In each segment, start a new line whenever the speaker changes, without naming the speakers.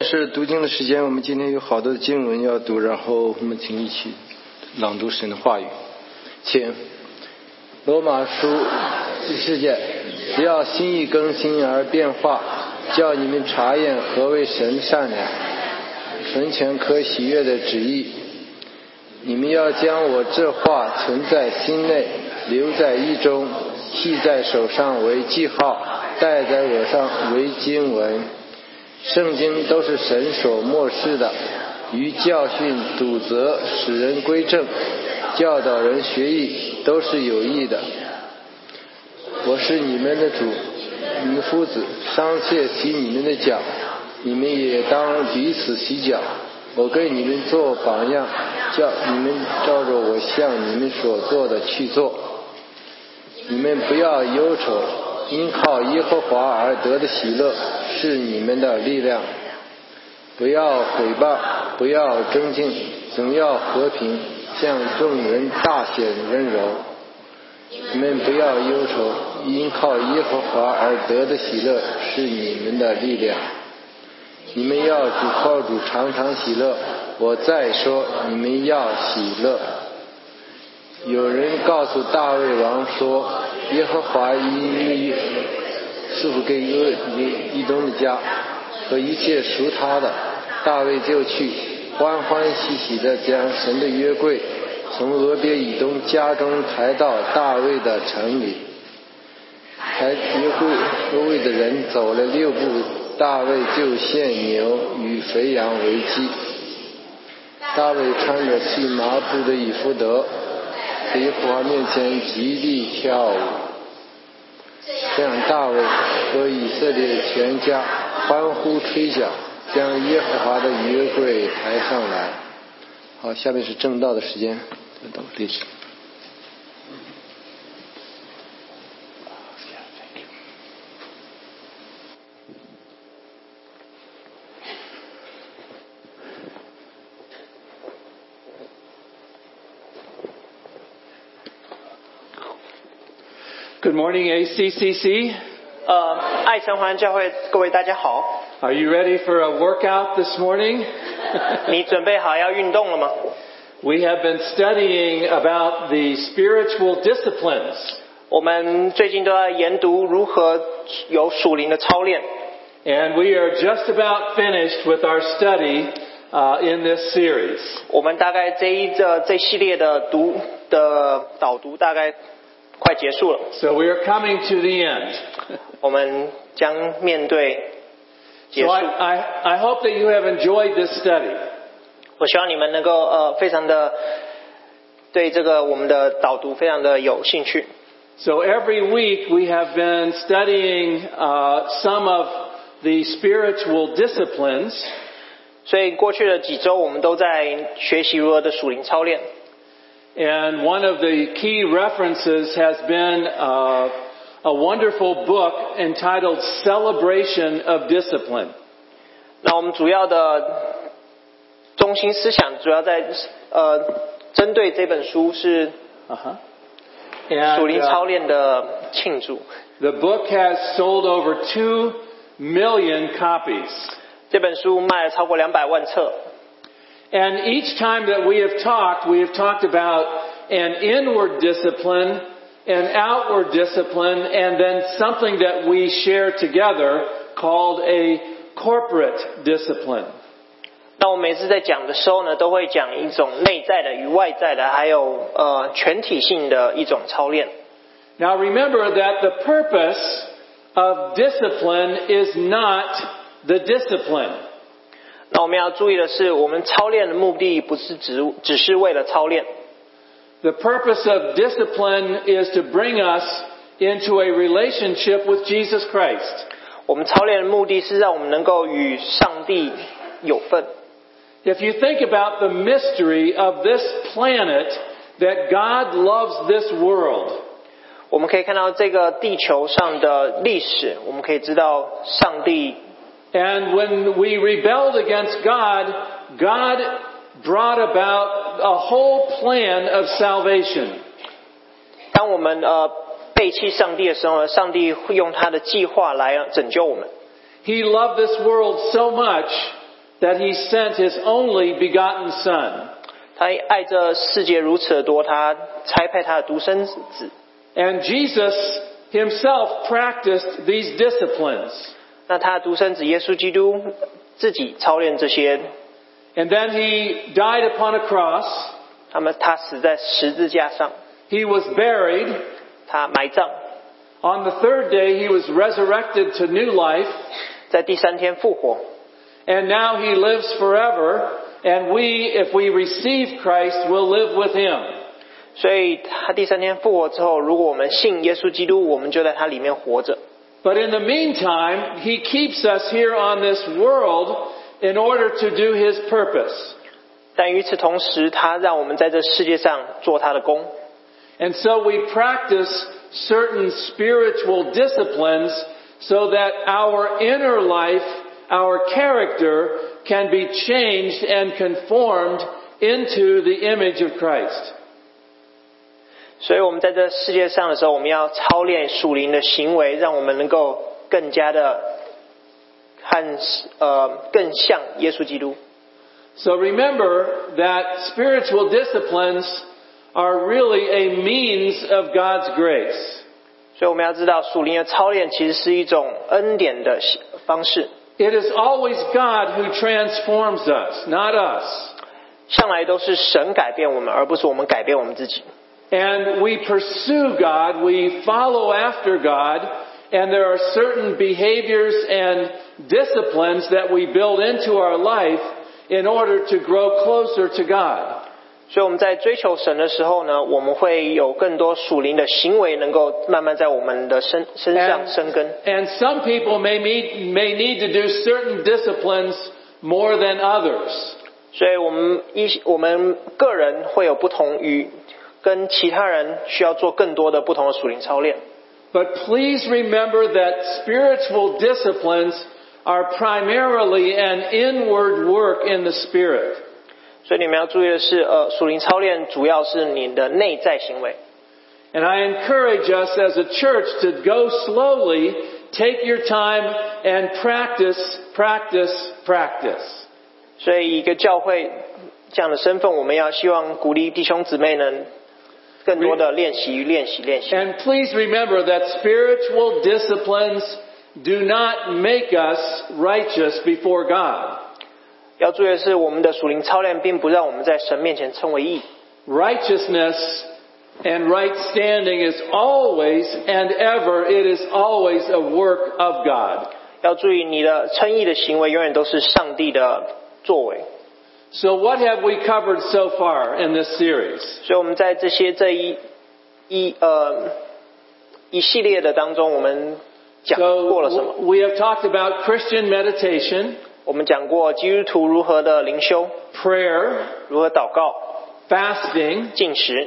是读经的时间，我们今天有好多的经文要读，然后我们请一起朗读神的话语，请《罗马书》第四节，只要心意更新而变化，叫你们查验何为神善良、纯全可喜悦的旨意。你们要将我这话存在心内，留在意中，系在手上为记号，戴在耳上为经文。圣经都是神所漠视的，于教训、堵责、使人归正、教导人学艺，都是有益的。我是你们的主，你们夫子桑切洗你们的脚，你们也当彼此洗脚。我跟你们做榜样，叫你们照着我向你们所做的去做。你们不要忧愁，因靠耶和华而得的喜乐。是你们的力量，不要毁谤，不要争竞，总要和平，向众人大显温柔。你们不要忧愁，因靠耶和华而得的喜乐是你们的力量。你们要主靠主常常喜乐。我再说，你们要喜乐。有人告诉大卫王说：“耶和华因赐福给厄以以东的家和一切属他的，大卫就去，欢欢喜喜的将神的约柜从俄别以东家中抬到大卫的城里。抬约柜约柜的人走了六步，大卫就献牛与肥羊为祭。大卫穿着细麻布的以弗德，在耶和华面前极力跳舞。这样，大卫和以色列全家欢呼吹角，将耶和华的约柜抬上来。好，下面是正道的时间，正道历史。
Good morning, ACCC.
呃，爱神环教会各位大家好，
Are you ready for a workout this morning?
你准备好要运动了吗？
we have been studying about the spiritual disciplines,
我们最近都在研读如何有属灵的操练，
and we are just about finished with our study uh, in this series.
我们大概这一这这系列的读的导读大概快结束了，
So we are coming to the end.
我们将面对结
So
束。
I, I, I hope that you have enjoyed this study.
我希望你们能够呃非常的对这个我们的导读非常的有兴趣。
So every week we have been studying uh, some of the spiritual disciplines.
所以过去的几周，我们都在学习如何的属灵操练。
And one of the key references has been uh, a wonderful book entitled Celebration of Discipline.
那我们主要的中心思想主要在呃，针对这本书是
Uh-huh.
属灵
And
操
uh,
练的庆祝。
the book has sold over 2 million copies.
这本书卖了超过两百万册，
And each time that we have talked, we have talked about an inward discipline, an outward discipline, and then something that we share together called a corporate discipline.
那我每次在讲的时候呢，都会讲一种内在的与外在的，还有呃全体性的一种操练。
Now remember that the purpose of discipline is not the discipline.
那我们要注意的是，我们操练的目的不是只只是为了操练，
The purpose of discipline is to bring us into a relationship with Jesus Christ.
我们操练的目的是让我们能够与上帝有份。
If you think about the mystery of this planet that God loves this world,
我们可以看到这个地球上的历史，我们可以知道上帝。
and when we rebelled against God, God brought about a whole plan of salvation.
当我们呃背弃上帝的时候呢，上帝会用他的计划来拯救我们。
He loved this world so much that he sent his only begotten Son.
他爱这世界如此的多，他差派他的独生子。
And Jesus himself practiced these disciplines.
那他的独生子耶稣基督自己操练这些，
And then he died upon a cross.
他们他死在十字架上，
He was buried.
他埋葬，
On the third day, he was resurrected to new life.
在第三天复活。
And now he lives forever. And we, if we receive Christ, will live with him.
所以他第三天复活之后，如果我们信耶稣基督，我们就在他里面活着。
But in the meantime, he keeps us here on this world in order to do his purpose.
但与此同时，他让我们在这世界上做他的工，
And so we practice certain spiritual disciplines so that our inner life, our character can be changed and conformed into the image of Christ.
所以我们在这世界上的时候，我们要操练属灵的行为，让我们能够更加的和呃更像耶稣基督。
So remember that spiritual disciplines are really a means of God's grace.
所以我们要知道，属灵的操练其实是一种恩典的方式，
It is always God who transforms us, not us.
向来都是神改变我们，而不是我们改变我们自己。
And we pursue God, we follow after God, and there are certain behaviors and disciplines that we build into our life in order to grow closer to God.
所以我们在追求神的时候呢，我们会有更多属灵的行为，能够慢慢在我们的身身上
And,
生根。
and some people may need, may need to do certain disciplines more than others.
所以我们一我们个人会有不同于跟其他人需要做更多的不同的属灵操练。
But please remember that spiritual disciplines are primarily an inward work in the Spirit.
所以你们要注意的是，呃，属灵操练主要是你的内在行为。
And I encourage us as a church to go slowly, take your time, and practice, practice, practice.
所以一个教会这样的身份，我们要希望鼓励弟兄姊妹呢，更多的练习、练习、练习。
And please remember that spiritual disciplines do not make us righteous before God.
要注意的是，我们的属灵操练并不让我们在神面前称为义。
Righteousness and right standing is always and ever, it is always a work of God.
要注意，你的称义的行为永远都是上帝的作为。
So what have we covered so far in this series?
所以我们在这些这一一呃一系列的当中，我们讲过了什么？
So we have talked about Christian meditation,
我们讲过基督徒如何的灵修，
prayer,
如何祷告、
fasting.
进食。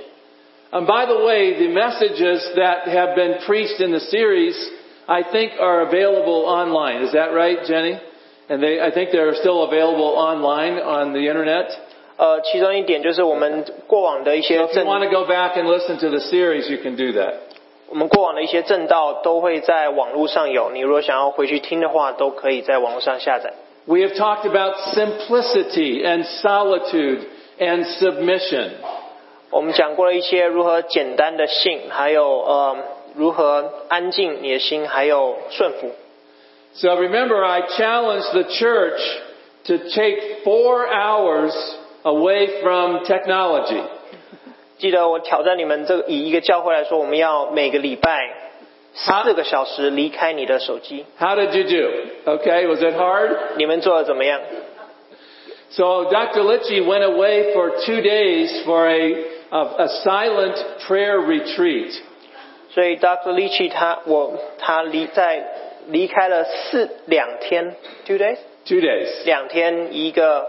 And by the way, the messages that have been preached in the series, I think are available online. Is that right, Jenny? And they, I think they're still available online on the internet.
呃，其中一点就是我们过往的一
So if
些
you
正，
want to go back and listen to the series, you can do that.
我们过往的一些正道都会在网络上有。你如果想要回去听的话，都可以在网络上下载。
We have talked about simplicity and solitude and submission.
我们讲过了一些如何简单的信，还有呃如何安静你的心，还有顺服。
So remember, I challenged the church to take four hours away from technology.
记得我挑战你们，这个以一个教会来说，我们要每个礼拜
好
四个小时离开你的手机。
How did you do? Okay, was it hard?
你们做的怎么样？
So Dr. Litchi went away for two days for a, a, a silent prayer retreat.
所以 Dr. l e a c h 他我他离在离开了四两天，two days，
Two days.
两天一个。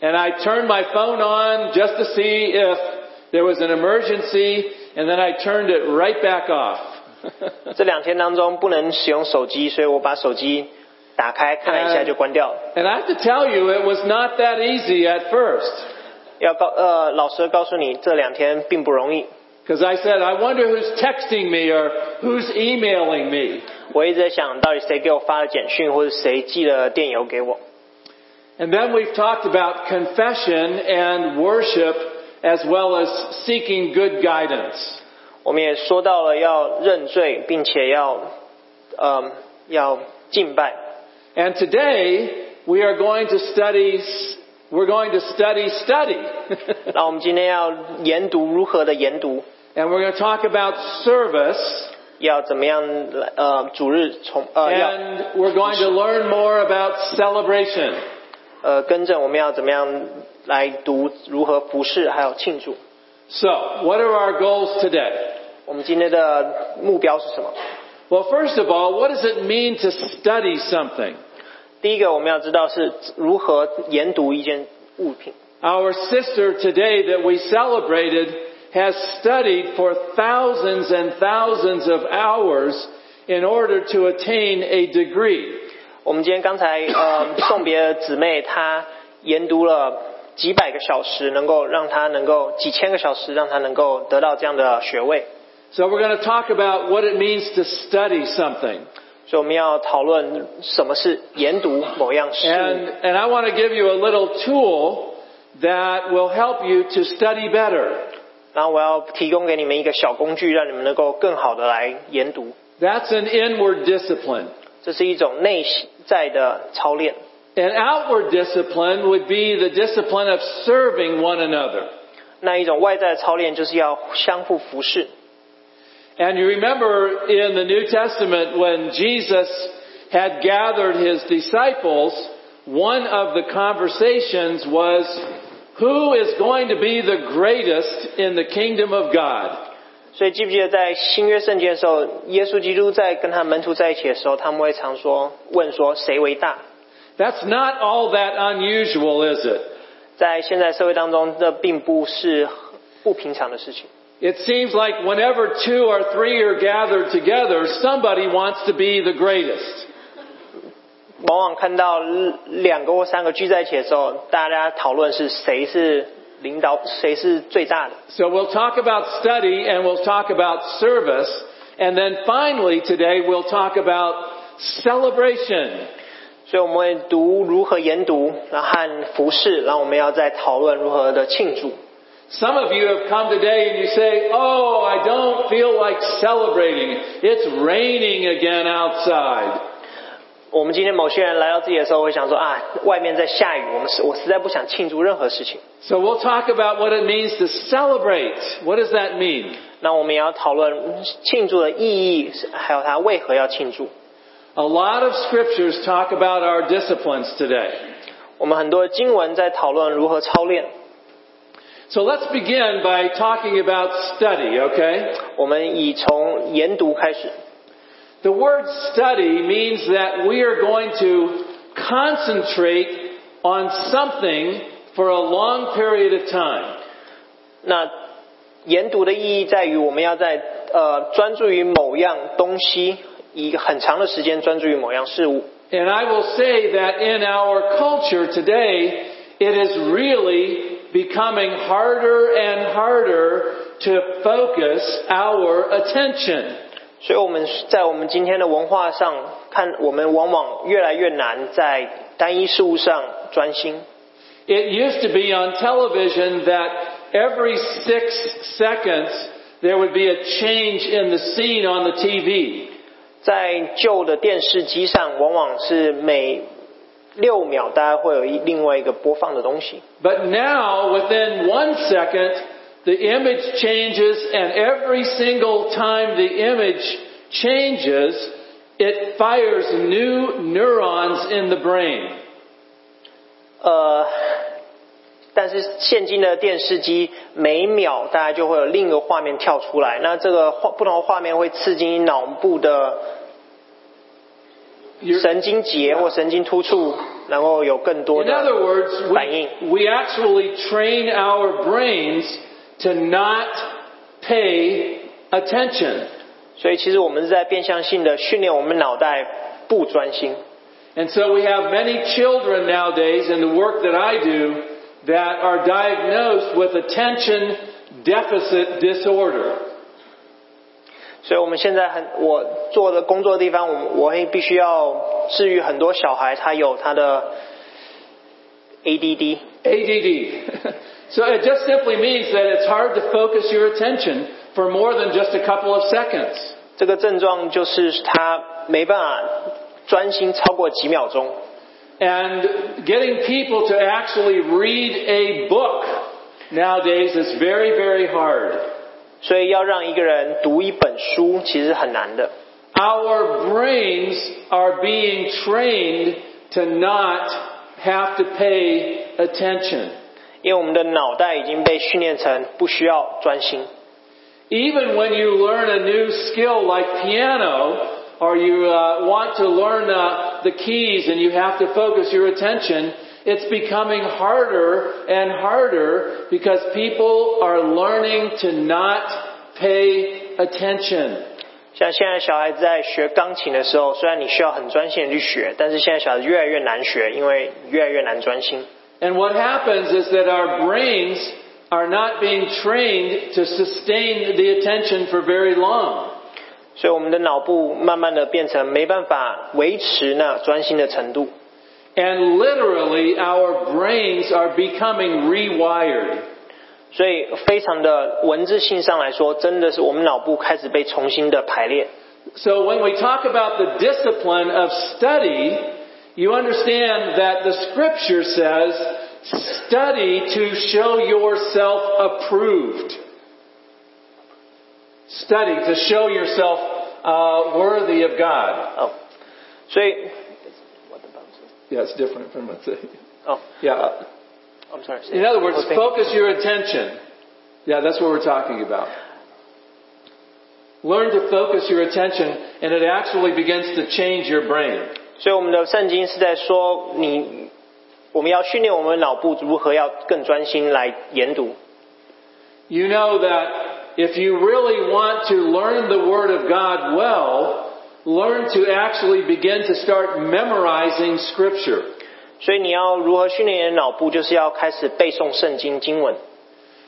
And I turned my phone on just to see if there was an emergency, and then I turned it right back off.
这两天当中不能使用手机，所以我把手机打开看了一下就关掉了。
and I have to tell you, it was not that easy at first.
要告呃，老师告诉你，这两天并不容易。
Because I said, I wonder who's texting me or who's emailing me.
我一直在想到底谁给我发了简讯，或者谁寄了电邮给我。
And then we've talked about confession and worship as well as seeking good guidance.
我们也说到了要认罪，并且要，嗯，要敬拜。
And today we are going to study we're going to study study.
那我们今天要研读如何的研读，
and we're going to talk about service
要怎么样来呃主日从呃要
and we're going to learn more about celebration.
呃跟着我们要怎么样来读如何服侍还有庆祝。
So, what are our goals today?
我们今天的目标是什么？
Well, first of all, what does it mean to study something?
第一个我们要知道是如何研读一件物品。
Our sister today that we celebrated has studied for thousands and thousands of hours in order to attain a degree.
我们今天刚才呃送别的姊妹，她研读了几百个小时，能够让她能够几千个小时，让她能够得到这样的学位。
So we're going to talk about what it means to study something.
所以我们要讨论什么是研读某样事
And,
物。
and I want to give you a little tool that will help you to study better.
然后我要提供给你们一个小工具，让你们能够更好的来研读。
That's an inward discipline.
这是一种内在的操练。
An outward discipline would be the discipline of serving one another.
那一种外在的操练就是要相互服侍。
And you remember in the New Testament when Jesus had gathered his disciples, one of the conversations was, who is going to be the greatest in the kingdom of God?
所以记不记得在新约圣经的时候，耶稣基督在跟他门徒在一起的时候，他们会常说问说谁为大？
That's not all that unusual, is it?
在现在社会当中，这并不是不平常的事情。
It seems like whenever two or three are gathered together, somebody wants to be the greatest.
往往看到两个或三个聚在一起的时候，大家讨论是谁是领导，谁是最大的。
So we'll talk about study and we'll talk about service. And then finally today we'll talk about celebration.
所以我们会读如何研读，然后和服饰，然后我们要再讨论如何的庆祝。
Some of you have come today and you say, Oh, I don't feel like celebrating. It's raining again outside.
我们今天某些人来到自己的时候，会想说啊，外面在下雨，我们实我实在不想庆祝任何事情。
So we'll talk about what it means to celebrate. What does that mean?
那我们也要讨论庆祝的意义，还有它为何要庆祝。
A lot of scriptures talk about our disciplines today.
我们很多经文在讨论如何操练。
So let's begin by talking about study, okay?
我们以从研读开始。
The word study means that we are going to concentrate on something for a long period of time.
那研读的意义在于，我们要在呃专注于某样东西，以很长的时间专注于某样事物。
And I will say that in our culture today, it is really becoming harder and harder to focus our attention.
所以我们在我们今天的文化上看，我们往往越来越难在单一事物上专心。
It used to be on television that every six seconds there would be a change in the scene on the TV.
在旧的电视机上，往往是每六秒大概会有一另外一个播放的东西。
But now, within one second, the image changes and every single time the image changes, it fires new neurons in the brain.
呃，但是现今的电视机每秒大概就会有另一个画面跳出来，那这个画不同的画面会刺激脑部的
Your-
神经节或神经突触，然后有更多
in
的
other words,
反应。
we, we actually train our brains to not pay attention.
所以其实我们是在变相性的训练我们脑袋不专心。
And so we have many children nowadays in the work that I do that are diagnosed with attention deficit disorder.
所以我们现在很，我做的工作地方，我我会必须要治愈很多小孩，他有他的 ADD。
ADD. so it just simply means that it's hard to focus your attention for more than just a couple of seconds.
这个症状就是他没办法专心超过几秒钟。
And getting people to actually read a book nowadays is very, very hard.
所以要让一个人读一本书，其实很难的。
Our brains are being trained to not have to pay attention.
因为我们的脑袋已经被训练成不需要专心。
Even when you learn a new skill like piano, or you uh, want to learn uh, the keys and you have to focus your attention, it's becoming harder and harder because people are learning to not pay attention.
像现在小孩子在学钢琴的时候，虽然你需要很专心的去学，但是现在小孩子越来越难学，因为越来越难专心。
And what happens is that our brains are not being trained to sustain the attention for very long.
所以我们的脑部慢慢的变成没办法维持那专心的程度，
And literally, our brains are becoming rewired.
所以非常的文字性上来说，真的是我们脑部开始被重新的排列。
So when we talk about the discipline of study, you understand that the scripture says, study to show yourself approved. Study to show yourself uh, worthy of God.
哦，所以
Yeah, it's different from what's Yeah.
哦，I'm sorry。
In other words,
Okay.
focus your attention. Yeah, that's what we're talking about. Learn to focus your attention, and it actually begins to change your brain.
所以我们的圣经是在说，你我们要训练我们脑部如何要更专心来研读。
You know that if you really want to learn the Word of God well, learn to actually begin to start memorizing Scripture.
所以你要如何训练你的脑部，就是要开始背诵圣经经文。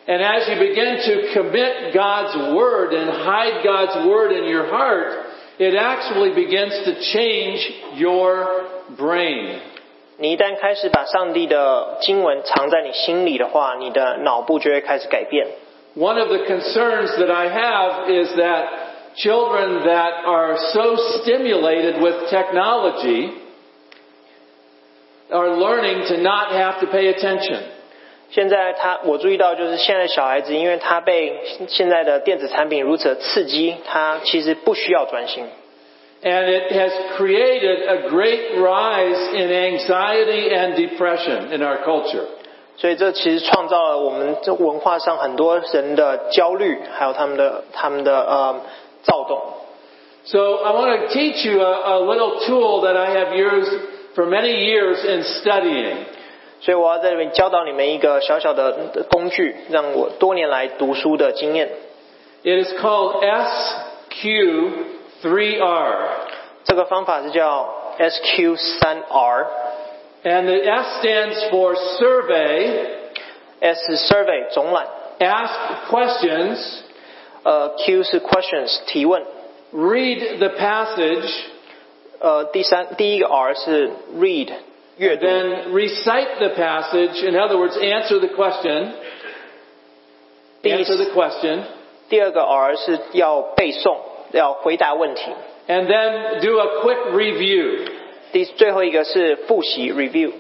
And as you begin to commit God's Word and hide God's Word in your heart, it actually begins to change your brain.
你一旦开始把上帝的经文藏在你心里的话，你的脑部就会开始改变。
One of the concerns that I have is that children that are so stimulated with technology are learning to not have to pay attention.
现在他，我注意到就是现在小孩子，因为他被现在的电子产品如此的刺激，他其实不需要专心。
And it has created a great rise in anxiety and depression in our culture.
所以这其实创造了我们这文化上很多人的焦虑，还有他们的他们的呃躁动。
So I want to teach you a, a little tool that I have used for many years in studying.
所以我要在这边教导你们一个小小的工具，让我多年来读书的经验。
It is called SQ3R.
这个方法是叫 SQ 三 R，S
And the S stands for survey,
是 survey 总览，
ask questions,
呃 Q 是 questions 提问，
read the passage,
呃第三第一个 R 是 read 阅读，
then recite the passage. In other words, answer the question. Answer the question.
第二个 R 是要背诵，要回答问题，
And then do a quick review.
第最后一个是复习 review。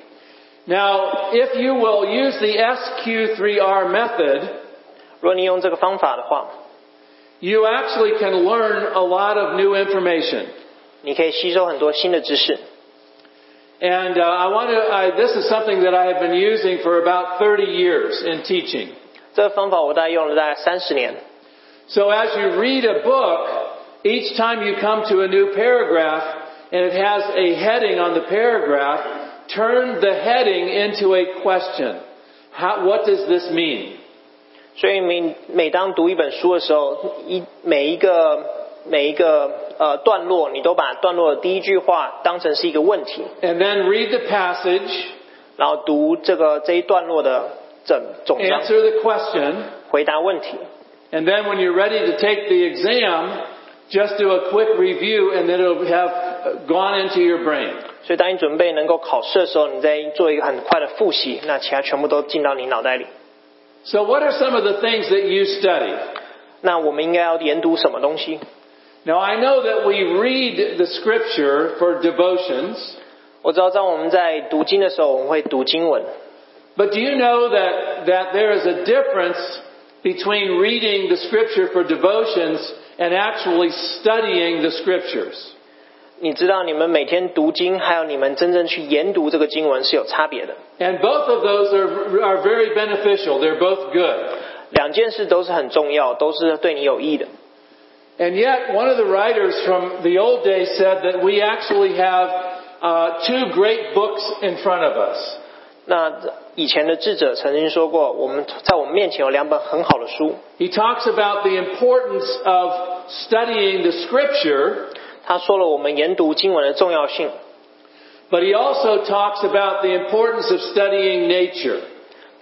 Now, if you will use the SQ3R method,
如果你用这个方法的话，
you actually can learn a lot of new information.
你可以吸收很多新的知识。
And uh, I want to, I, this is something that I have been using for about 30 years in teaching.
这个方法我大概用了大概三十年，
So as you read a book, each time you come to a new paragraph and it has a heading on the paragraph, turn the heading into a question. How, what does this mean?
所以每每当读一本书的时候，一每一个每一个呃段落，你都把段落的第一句话当成是一个问题，
And then read the passage,
然后读这个这一段落的整总章，
answer the question,
回答问题。
and then when you're ready to take the exam, just do a quick review and then it'll have gone into your brain.
所以当你准备能够考试的时候，你再做一个很快的复习，那其他全部都进到你脑袋里。
So what are some of the things that you study?
那我们应该要研读什么东西？
Now I know that we read the scripture for devotions,
我知道，当我们在读经的时候，我们会读经文。
but do you know that, that there is a difference between reading the scripture for devotions and actually studying the scriptures?
你知道，你们每天读经，还有你们真正去研读这个经文是有差别的。
And both of those are, are very beneficial. They're both good.
两件事都是很重要，都是对你有益的。
And yet, one of the writers from the old days said that we actually have uh, two great books in front of us.
那以前的智者曾经说过，我们在我们面前有两本很好的书，
He talks about the importance of studying the scripture,
他说了我们研读经文的重要性，
but he also talks about the importance of studying nature.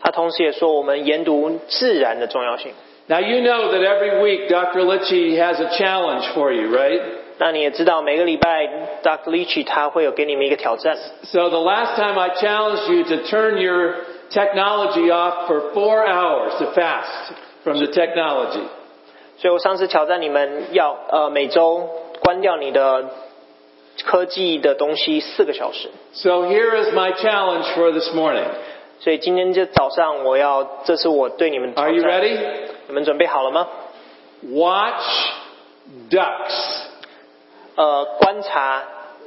他同时也说我们研读自然的重要性。
Now, you know that every week Dr. Litchi has a challenge for you, right?
那你也知道，每个礼拜 Dr. Leachy 他会有给你们一个挑战。
So the last time I challenged you to turn your technology off for four hours to fast from the technology.
所以我上次挑战你们要呃每周关掉你的科技的东西四个小时。
So here is my challenge for this morning.
所以今天就早上我要，这是我对你们的挑
Are
战。
you ready?
你们准备好了吗？
Watch ducks.
呃，观察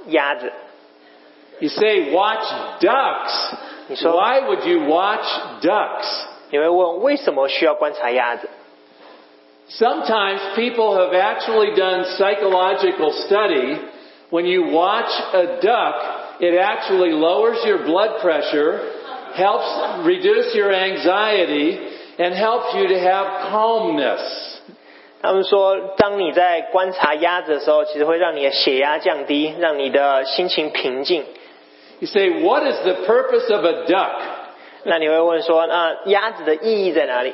鸭子。
You say watch ducks.
You saw-
Why would you watch ducks?
你会问为什么需要观察鸭子？
Sometimes people have actually done psychological study. When you watch a duck, it actually lowers your blood pressure, helps reduce your anxiety, and helps you to have calmness.
他们说，当你在观察鸭子的时候，其实会让你的血压降低，让你的心情平静。
You say, what is the purpose of a duck?
那你会问说，那鸭子的意义在哪里？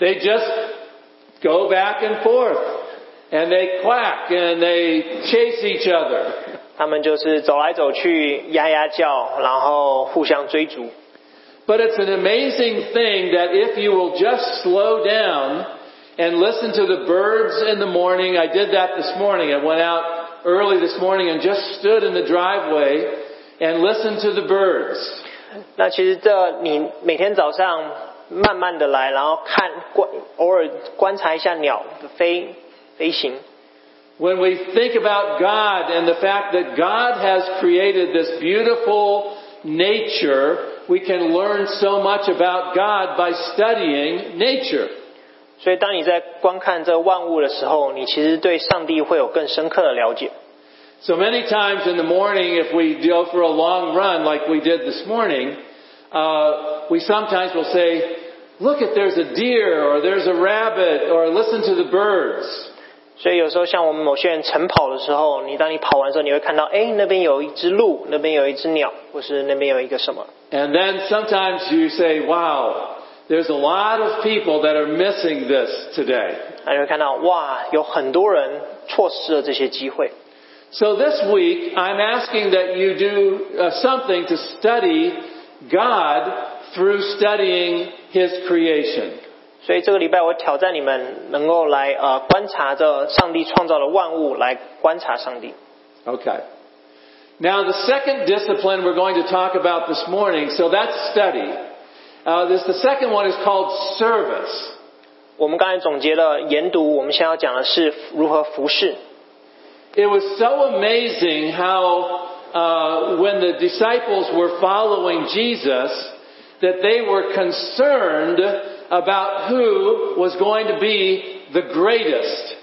They just go back and forth and they quack and they chase each other.
他们就是走来走去，呀呀叫，然后互相追逐。
But it's an amazing thing that if you will just slow down and listen to the birds in the morning, I did that this morning. I went out early this morning and just stood in the driveway and listened to the birds.
那其实这你每天早上慢慢的来，然后看观偶尔观察一下鸟的飞飞行。
When we think about God and the fact that God has created this beautiful nature, we can learn so much about God by studying nature.
所以当你在观看这万物的时候，你其实对上帝会有更深刻的了解。
So many times in the morning, if we go for a long run like we did this morning, uh, we sometimes will say, look at there's a deer or there's a rabbit or listen to the birds.
所以有时候像我们某些人晨跑的时候，你当你跑完之后，你会看到，哎，那边有一只鹿，那边有一只鸟，或是那边有一个什么。
And then sometimes you say, wow, there's a lot of people that are missing this today.
那你会看到，哇，有很多人错失了这些机会。
So this week, I'm asking that you do uh, something to study God through studying His creation.
所以这个礼拜我挑战你们能够来呃观察着上帝创造的万物，来观察上帝。
Okay. Now, the second discipline we're going to talk about this morning, so that's study. Uh, this, the second one is called service.
我们刚才总结了研读，我们现在要讲的是如何服侍。
It was so amazing how, uh, when the disciples were following Jesus, that they were concerned about who was going to be the greatest.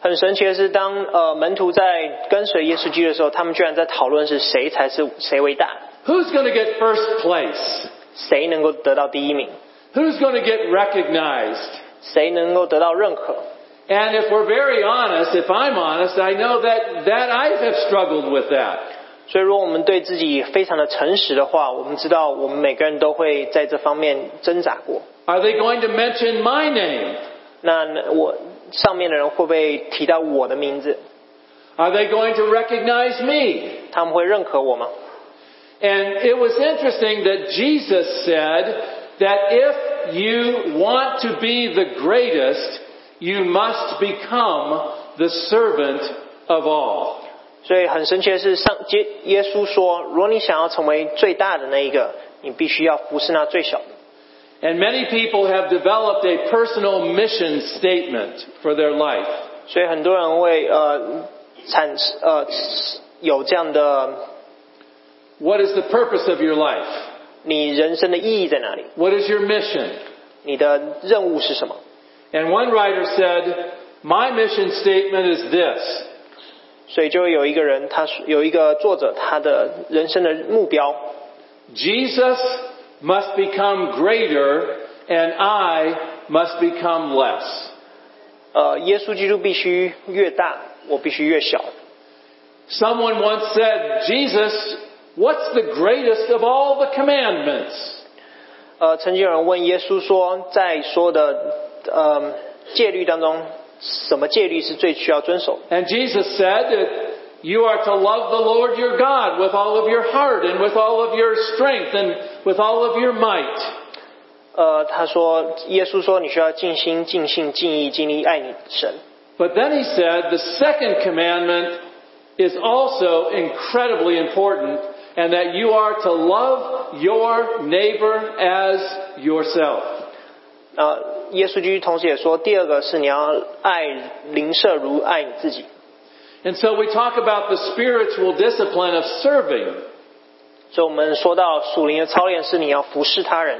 很神奇的是，当呃门徒在跟随耶稣基督的时候，他们居然在讨论是谁才是谁为大，
Who's going to get first place?
谁能够得到第一名，
Who's going to get recognized?
谁能够得到认可。
And if we're very honest, if I'm honest, I know that, that I have struggled with that.
所以，如果我们对自己非常的诚实的话，我们知道我们每个人都会在这方面挣扎过。
Are they going to mention my name?
那我上面的人会不会提到我的名字？
Are they going to recognize me?
他们会认可我吗？
And it was interesting that Jesus said that if you want to be the greatest, you must become the servant of all.
所以很神奇的是，上耶耶稣说，如果你想要成为最大的那一个，你必须要服侍那最小的。
And many people have developed a personal mission statement for their life.
所以很多人会呃产呃有这样的，
What is the purpose of your life?
你人生的意义在哪里？
What is your mission?
你的任务是什么？
And one writer said, My mission statement is this
所以就有一个人，他说有一个作者，他的人生的目标，
Jesus must become greater and I must become less.
呃，耶稣基督必须越大，我必须越小。
Someone once said, Jesus, what's the greatest of all the commandments?
呃，曾经有人问耶稣说，在说的呃戒律当中，什么戒律是最需要遵守？
And Jesus said that you are to love the Lord your God with all of your heart and with all of your strength and with all of your might.
呃，他说，耶稣说，你需要尽心、尽性、尽意、尽力爱你神。
But then he said the second commandment is also incredibly important and that you are to love your neighbor as yourself.
呃，耶稣基督同时也说，第二个是你要爱邻舍如爱你自己。
And so we talk about the spiritual discipline of serving.
所以我们说到属灵的操练是你要服侍他人。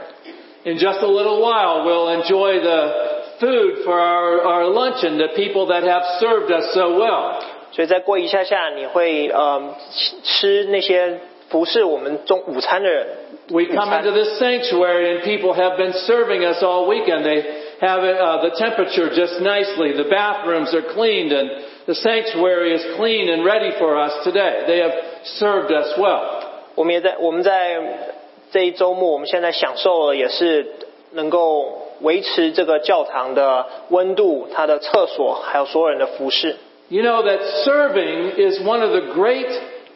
In just a little while, we'll enjoy the food for our, our luncheon, the people that have served us so well.
所以再过一下下，你会呃吃吃那些服侍我们中午餐的人。
We come into this sanctuary and people have been serving us all weekend. They have uh, the temperature just nicely. The bathrooms are cleaned and the sanctuary is clean and ready for us today. They have served us well.
我们也在我们在这一周末，我们现在享受了也是能够维持这个教堂的温度、它的厕所还有所有人的服侍。
You know that serving is one of the great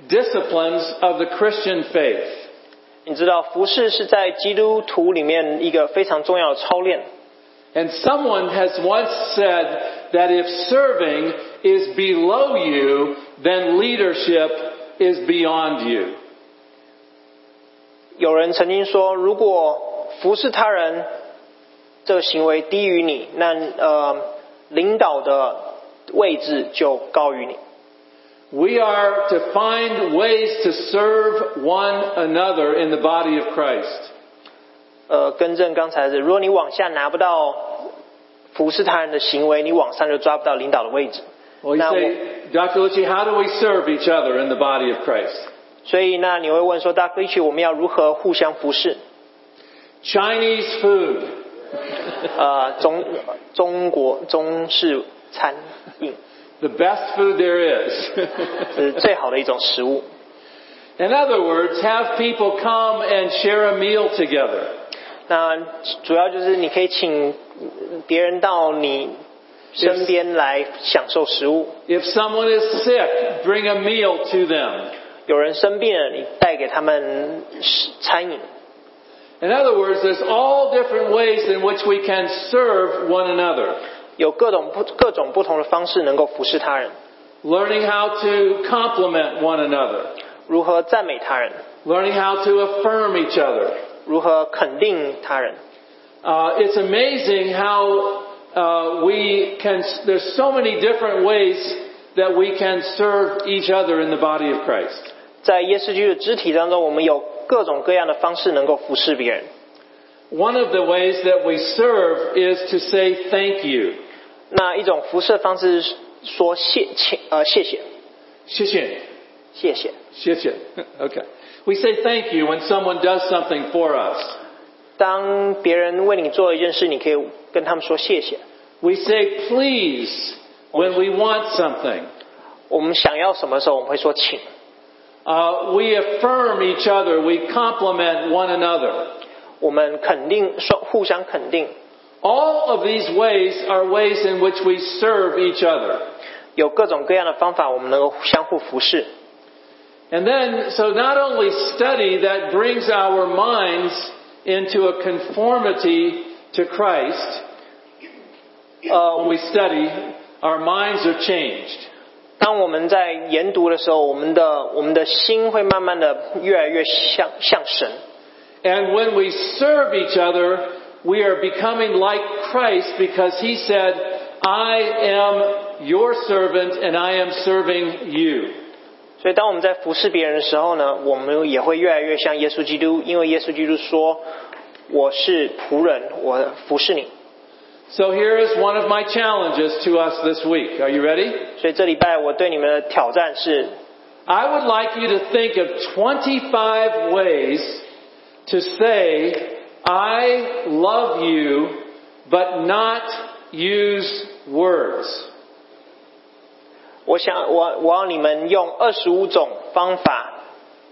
disciplines of the Christian faith.
你知道，服侍是在基督徒里面一个非常重要的操练。
And someone has once said that if serving is below you, then leadership is beyond you.
有人曾经说，如果服侍他人这个行为低于你，那呃，领导的位置就高于你。
We are to find ways to serve one another in the body of Christ.
呃，更正刚才是，如果你往下拿不到服侍他人的行为，你往上就抓不到领导的位置。
Well, you
那我
say, Dr. Lucci, how do we serve each other in the body of Christ?
所以那你会问说，大家一起我们要如何互相服侍？
Chinese food.
呃，中中国中式餐饮
The best food there is.
是最好的一种食物。
in other words, have people come and share a meal together.
那主要就是你可以请别人到你身边来享受食物。
If someone is sick, bring a meal to them.
有人生病了，你带给他们食餐饮。
In other words, there's all different ways in which we can serve one another.
有各种不各种不同的方式能够服侍他人，
Learning how to compliment one another.
如何赞美他人，
Learning how to affirm each other.
如何肯定他人。
Uh, it's amazing how uh, we can, there's so many different ways that we can serve each other in the body of Christ.
在耶稣基督的肢体当中，我们有各种各样的方式能够服侍别人。
One of the ways that we serve is to say thank you.
那一种服侍的方式是说谢请呃谢谢
Shishin.
谢谢，
Shit, shit. Okay. We say thank you when someone does something for us.
当别人为你做一件事，你可以跟他们说谢谢。
We say please when we want something.
我们想要什么时候，我们会说请。
Uh, we affirm each other. We compliment one another.
我们肯定说互相肯定，
All of these ways are ways in which we serve each other.
有各种各样的方法，我们能够相互服侍。
And then, so not only study that brings our minds into a conformity to Christ, uh,
呃，
when we study, our minds are changed.
当我们在研读的时候，我们的我们的心会慢慢的越来越像像神。
And when we serve each other, we are becoming like Christ because he said, I am your servant and I am serving you.
所以，当我们在服侍别人的时候呢，我们也会越来越像耶稣基督，因为耶稣基督说：“我是仆人，我服侍你。
So here is one of my challenges to us this week. Are you ready? ”
所以这礼拜我对你们的挑战是，
I would like you to think of 25 ways to say, I love you, but not use words.
我想我我要你们用二十五种方法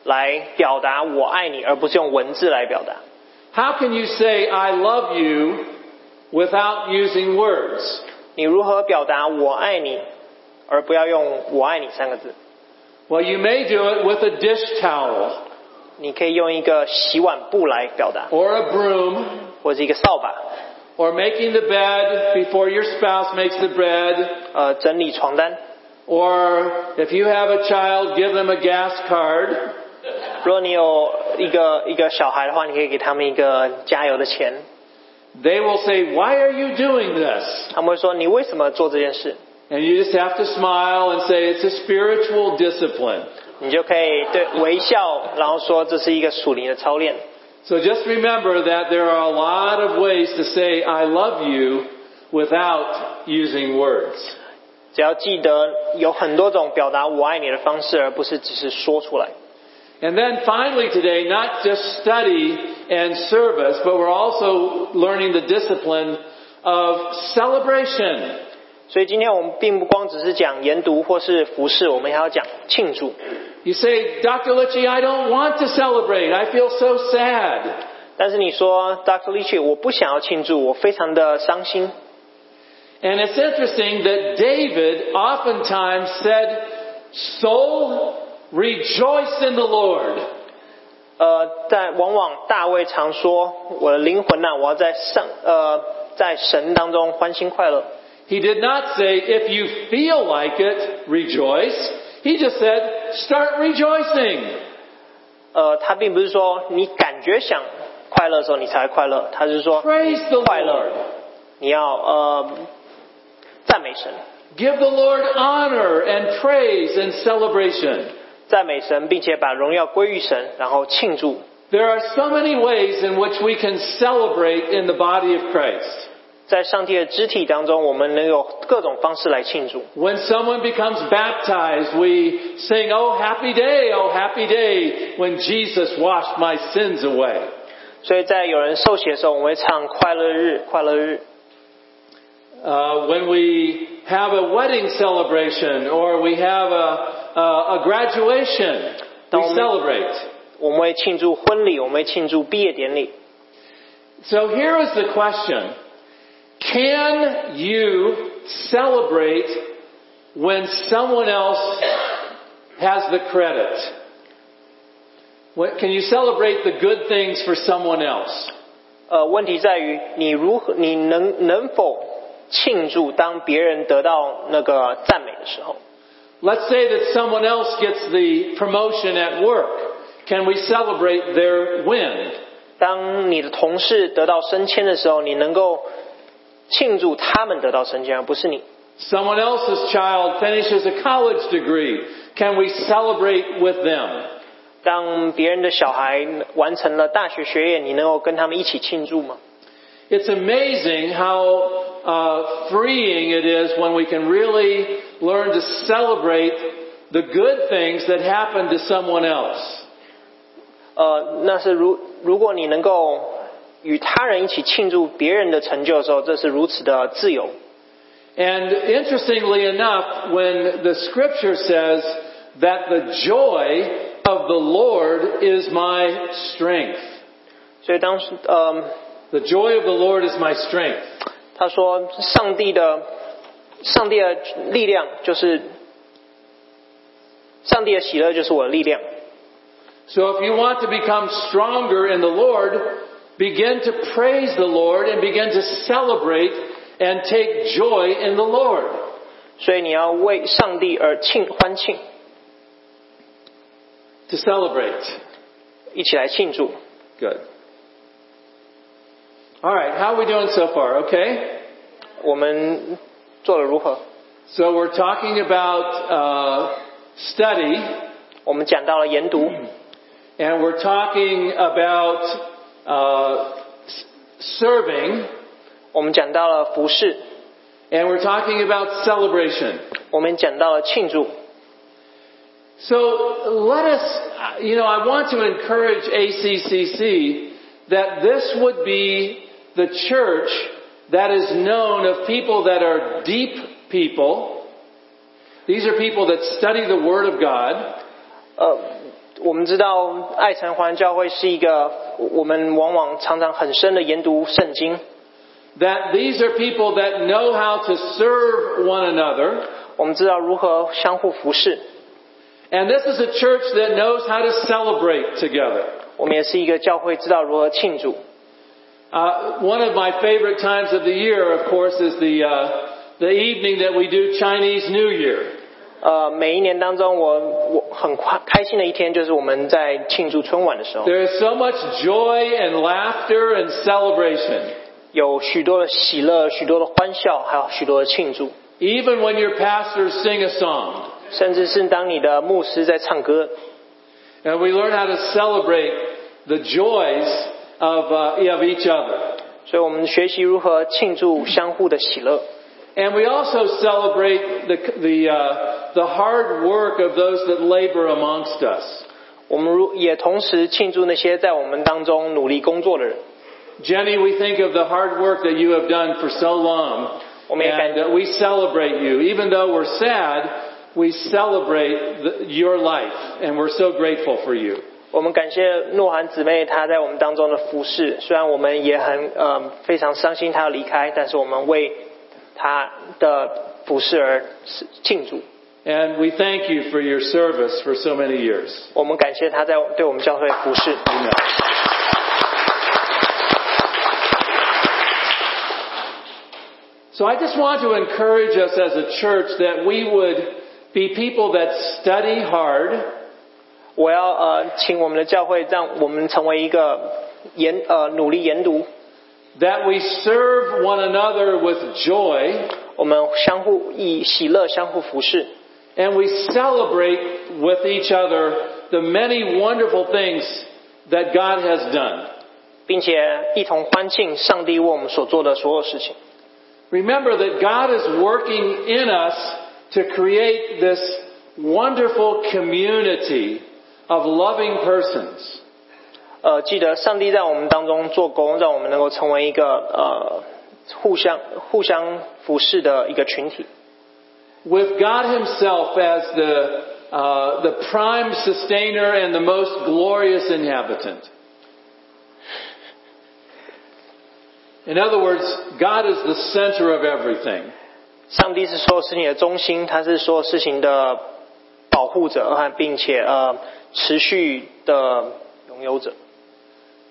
来表达我爱你，而不是用文字来表达。
How can you say, I love you without using words?
你如何表达我爱你，而不要用“我爱你”三个字？
Well, you may do it with a dish towel
你可以用一个洗碗布来表达，
or a broom
或者一个扫把，
or making the bed before your spouse makes the bed
呃，整理床单。
or if you have a child, give them a gas card.
如果你有一个一个小孩的话，你可以给他们一个加油的钱。
They will say, why are you doing this?
他们会说：“你为什么做这件事
And you just have to smile and say, it's a spiritual discipline.？”
你就可以对微笑，然后说这是一个属灵的操练。
So just remember that there are a lot of ways to say, I love you without using words.
只要记得有很多种表达“我爱你”的方式，而不是只是说出来。
And then finally today, not just study and service, but we're also learning the discipline of celebration.
所以今天我们并不光只是讲研读或是服饰，我们还要讲庆祝。
You say, Dr. Litchi, I don't want to celebrate. I feel so sad.
但是你说，Dr. l i c h 我不想要庆祝，我非常的伤心。
And it's interesting that David oftentimes said, Soul, rejoice in the Lord.
呃，但往往大卫常说：“我的灵魂呐、啊我要在上呃，在神当中欢欣快乐。
He did not say, if you feel like it, rejoice. He just said, start rejoicing. ”
呃，他并不是说你感觉想快乐的时候你才快乐，他是说
Praise the
快乐
Lord.，
你要呃赞美神，
Give the Lord honor and praise and celebration.
赞美神，并且把荣耀归于神，然后庆祝。
There are so many ways in which we can celebrate in the body of Christ.
在上帝的肢体当中，我们能有各种方式来庆祝。
When someone becomes baptized, we sing, Oh happy day, oh happy day, when Jesus washed my sins away.
所以在有人受洗的时候，我们会唱快乐日，快乐日。
Uh, when we have a wedding celebration or we have a, a, a graduation, we
Don't-
celebrate.
我们会庆祝婚礼，我们会庆祝毕业典礼。
So here is the question. Can you celebrate when someone else has the credit? What, can you celebrate the good things for someone else?
呃，问题在于你如何，你能能否庆祝当别人得到那个赞美的时候？
Let's say that someone else gets the promotion at work. Can we celebrate their win?
当你的同事得到升迁的时候，你能够庆祝他们得到升迁，而不是你。
Someone else's child finishes a college degree. Can we celebrate with them?
当别人的小孩完成了大学学业，你能够跟他们一起庆祝吗？
It's amazing how uh, freeing it is when we can really learn to celebrate the good things that happen to someone else.
呃，那是如如果你能够与他人一起庆祝别人的成就的时候，这是如此的自由。
And interestingly enough, when the scripture says that the joy of the Lord is my strength,
所以当时，嗯、
the joy of the Lord is my strength.
他说：“上帝的，上帝的力量就是上帝的喜乐就是我的力量。
So if you want to become stronger in the Lord, begin to praise the Lord and begin to celebrate and take joy in the Lord.
所以你要为上帝而庆欢庆，
To celebrate.
一起来庆祝。
Good. All right, how are we doing so far? Okay?
我们做的如何？
So we're talking about uh, study,
我们讲到了研读，
and we're talking about uh, s- serving,
我们讲到了服饰，
and we're talking about celebration.
我们讲到了庆祝。
So let us, you know, I want to encourage ACCC that this would be the church that is known of people that are deep people. These are people that study the Word of God.
呃，我们知道爱城环教会是一个，我们往往常常很深的研读圣经，
That these are people that know how to serve one another.
我们知道如何相互服侍。
And this is a church that knows how to celebrate together.
我们也是一个教会，知道如何庆祝。
Uh, one of my favorite times of the year, of course, is the, uh, the evening that we do Chinese New Year.
呃，每一年当中我，我很快开心的一天就是我们在庆祝春晚的时候，
There is so much joy and laughter and celebration.
有许多的喜乐，许多的欢笑，还有许多的庆祝，
Even when your pastors sing a song.
甚至是当你的牧师在唱歌，
And we learn how to celebrate the joys of, uh, of each other.
所以我们学习如何庆祝相互的喜乐。
And we also celebrate the, the, uh, the hard work of those that labor amongst us.
我们如也同时庆祝那些在我们当中努力工作的人。
Jenny, we think of the hard work that you have done for so long.
Oh, man,
And
thank-
uh, we celebrate you. Even though we're sad, we celebrate the, your life. And we're so grateful for you.
我们感谢诺涵姊妹她在我们当中的服侍，虽然我们也很呃非常伤心她要离开，但是我们为她的服侍而庆祝。
And we thank you for your service for so many years.
我们感谢她在对我们教会的服侍。
Amen. So I just want to encourage us as a church that we would be people that study hard,
我要呃请我们的教会让我们成为一个研呃努力研读，
that we serve one another with joy,
我们相互以喜乐相互服侍。
and we celebrate with each other the many wonderful things that God has done.
并且一同欢庆上帝为我们所做的所有事情。
Remember that God is working in us to create this wonderful community of loving persons.
呃，记得上帝在我们当中做工，让我们能够成为一个呃互相互相服侍的一个群体，
With God Himself as the, uh, the prime sustainer and the most glorious inhabitant. In other words, God is the center of everything.
上帝是所有事情的中心，他是所有事情的保护者和并且呃持续的拥有者。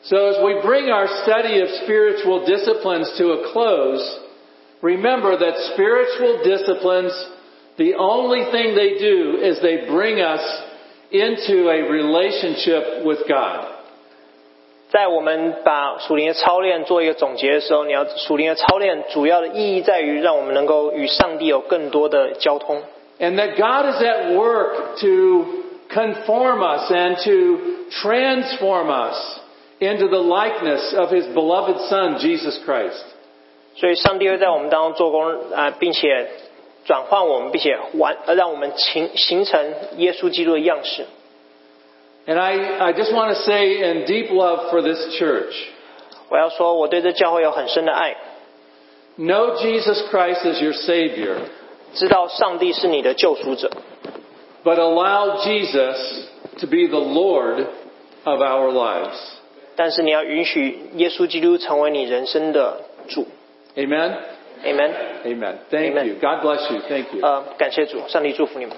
So as we bring our study of spiritual disciplines to a close, remember that spiritual disciplines, the only thing they do is they bring us into a relationship with God.
在我们把属灵的操练做一个总结的时候，你要属灵的操练主要的意义在于让我们能够与上帝有更多的交通。
And that God is at work to conform us and to transform us into the likeness of His beloved Son, Jesus Christ.
所以上帝会在我们当中做工啊、呃并且转换我们，并且完，呃让我们形形成耶稣基督的样式。
And I, I just want to say in deep love for this church,
我要说，我对这教会有很深的爱，
Know Jesus Christ as your Savior,
知道上帝是你的救赎者，
but allow Jesus to be the Lord of our lives.
但是你要允许耶稣基督成为你人生的主。
Amen?
Amen。
Amen. Thank
Amen.
you. God bless you. Thank you.
呃，感谢主，上帝祝福你们。